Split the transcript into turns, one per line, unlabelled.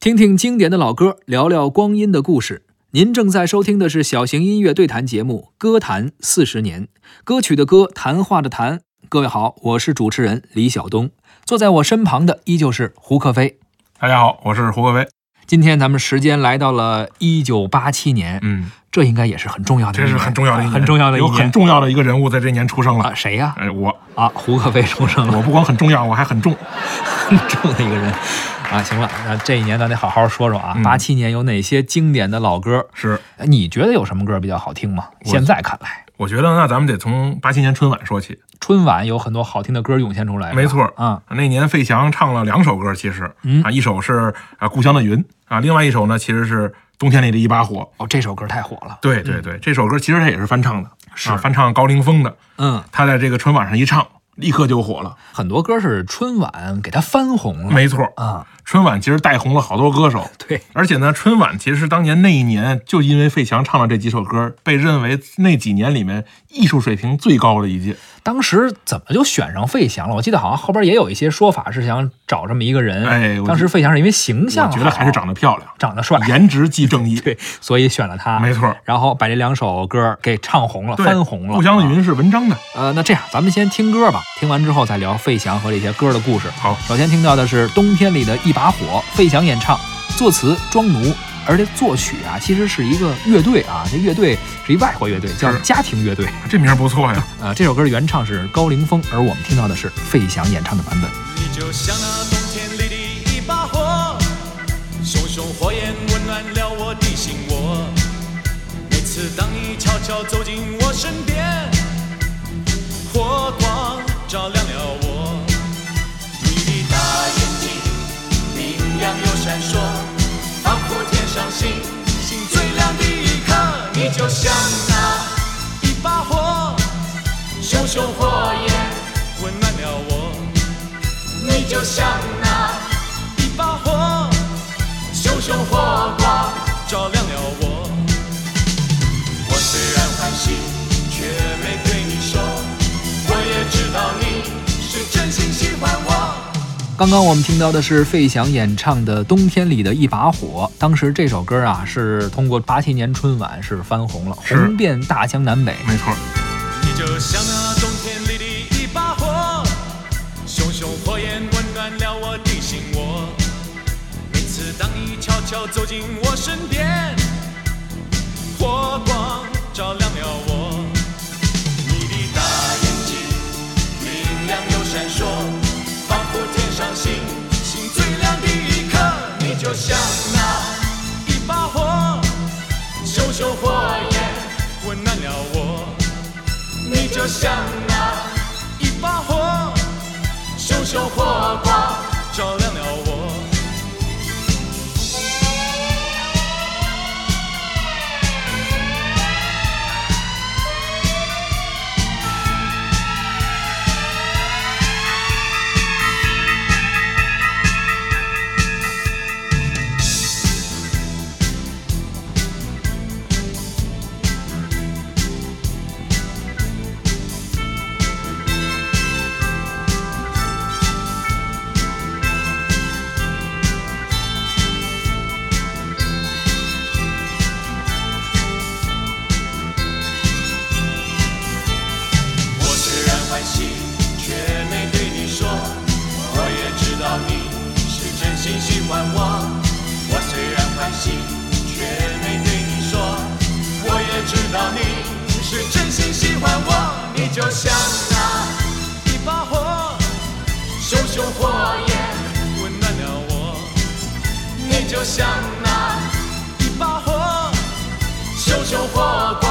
听听经典的老歌，聊聊光阴的故事。您正在收听的是小型音乐对谈节目《歌坛四十年》，歌曲的歌，谈话的谈。各位好，我是主持人李晓东，坐在我身旁的依旧是胡克飞。
大家好，我是胡可飞。
今天咱们时间来到了一九八七年，
嗯，
这应该也是很重要的一
这
年，啊
是很重要的一年，
很重要的一
有
年。
很重要的一个人物在这一年出生
啊，
了。
谁呀、
哎，我
啊？胡可飞出生了，
我不光很重要，我还很重。
很重的一个人啊。行了，那这一年咱得好好说说啊。
嗯
八七、年有哪些经典的老歌？
是，
哎你觉得有什么歌比较好听吗？现在看来，
我觉得那咱们得从八七年春晚说起。
春晚有很多好听的歌涌现出来，是吧
没错
啊，
那年费翔唱了两首歌，其实、
嗯
啊，一首是啊《故乡的云》啊，另外一首呢其实是《冬天里的一把火》。
哦，这首歌太火了，
对对对，这首歌其实它也是翻唱的，
是
啊、翻唱高凌风的。
嗯，
他在这个春晚上一唱，立刻就火了。
很多歌是春晚给它翻红了，
没错，
啊，
春晚其实带红了好多歌手。
对，
而且呢，春晚其实当年那一年，就因为费翔唱了这几首歌，被认为那几年里面艺术水平最高的一届。
当时怎么就选上费翔了？我记得好像后边也有一些说法是想找这么一个人，
哎我
当时费翔是因为形
我
象好，
觉得还是长得漂亮，
长得帅，
颜值即正义。
对，所以选了他，
没错，
然后把这两首歌给唱红了，
对
翻红了。
故乡的
啊
云是文章的，
呃，那这样咱们先听歌吧，听完之后再聊费翔和这些歌的故事。
好，
首先听到的是《冬天里的一把火》，费翔演唱，作词庄奴，而这作曲啊，其实是一个乐队啊，这乐队是一外国乐队，叫
是
家庭乐队。
这名儿不错呀。
呃，这首歌的原唱是高凌风，而我们听到的是费翔演唱的版本。
你就像那冬天里的一把火，熊熊火焰温暖了我的心窝。每次当你悄悄走进我身边，火光照亮了我。你的大眼睛明亮又闪烁，仿佛天上星星最亮的一刻。你就像那一把火，熊熊火焰温暖了我。你就像那一把火，熊熊火光照亮了我。我虽然欢喜，却没对你说，我也知道你是真心喜欢我。
刚刚我们听到的是费翔演唱的《冬天里的一把火》，当时这首歌啊是通过八七年春晚是翻红了，
是
红遍大江南北。
没错，
你就像那冬天里的一把火，熊熊火焰温暖了我的心窝。每次当你悄悄走进我身边，火光照亮了我。你的大眼睛明亮又闪烁，仿佛天上星星最亮的一刻。你就像那一把火，熊熊火焰温暖了我。你就像那一把火，熊熊火光照亮了我。我虽然欢喜，却没对你说，我也知道你是真心喜欢我。我虽然欢喜，却没对你说，我也知道你是真心喜欢我。你就像那一把火，熊熊火焰温暖了我。你就像那一把火，熊熊火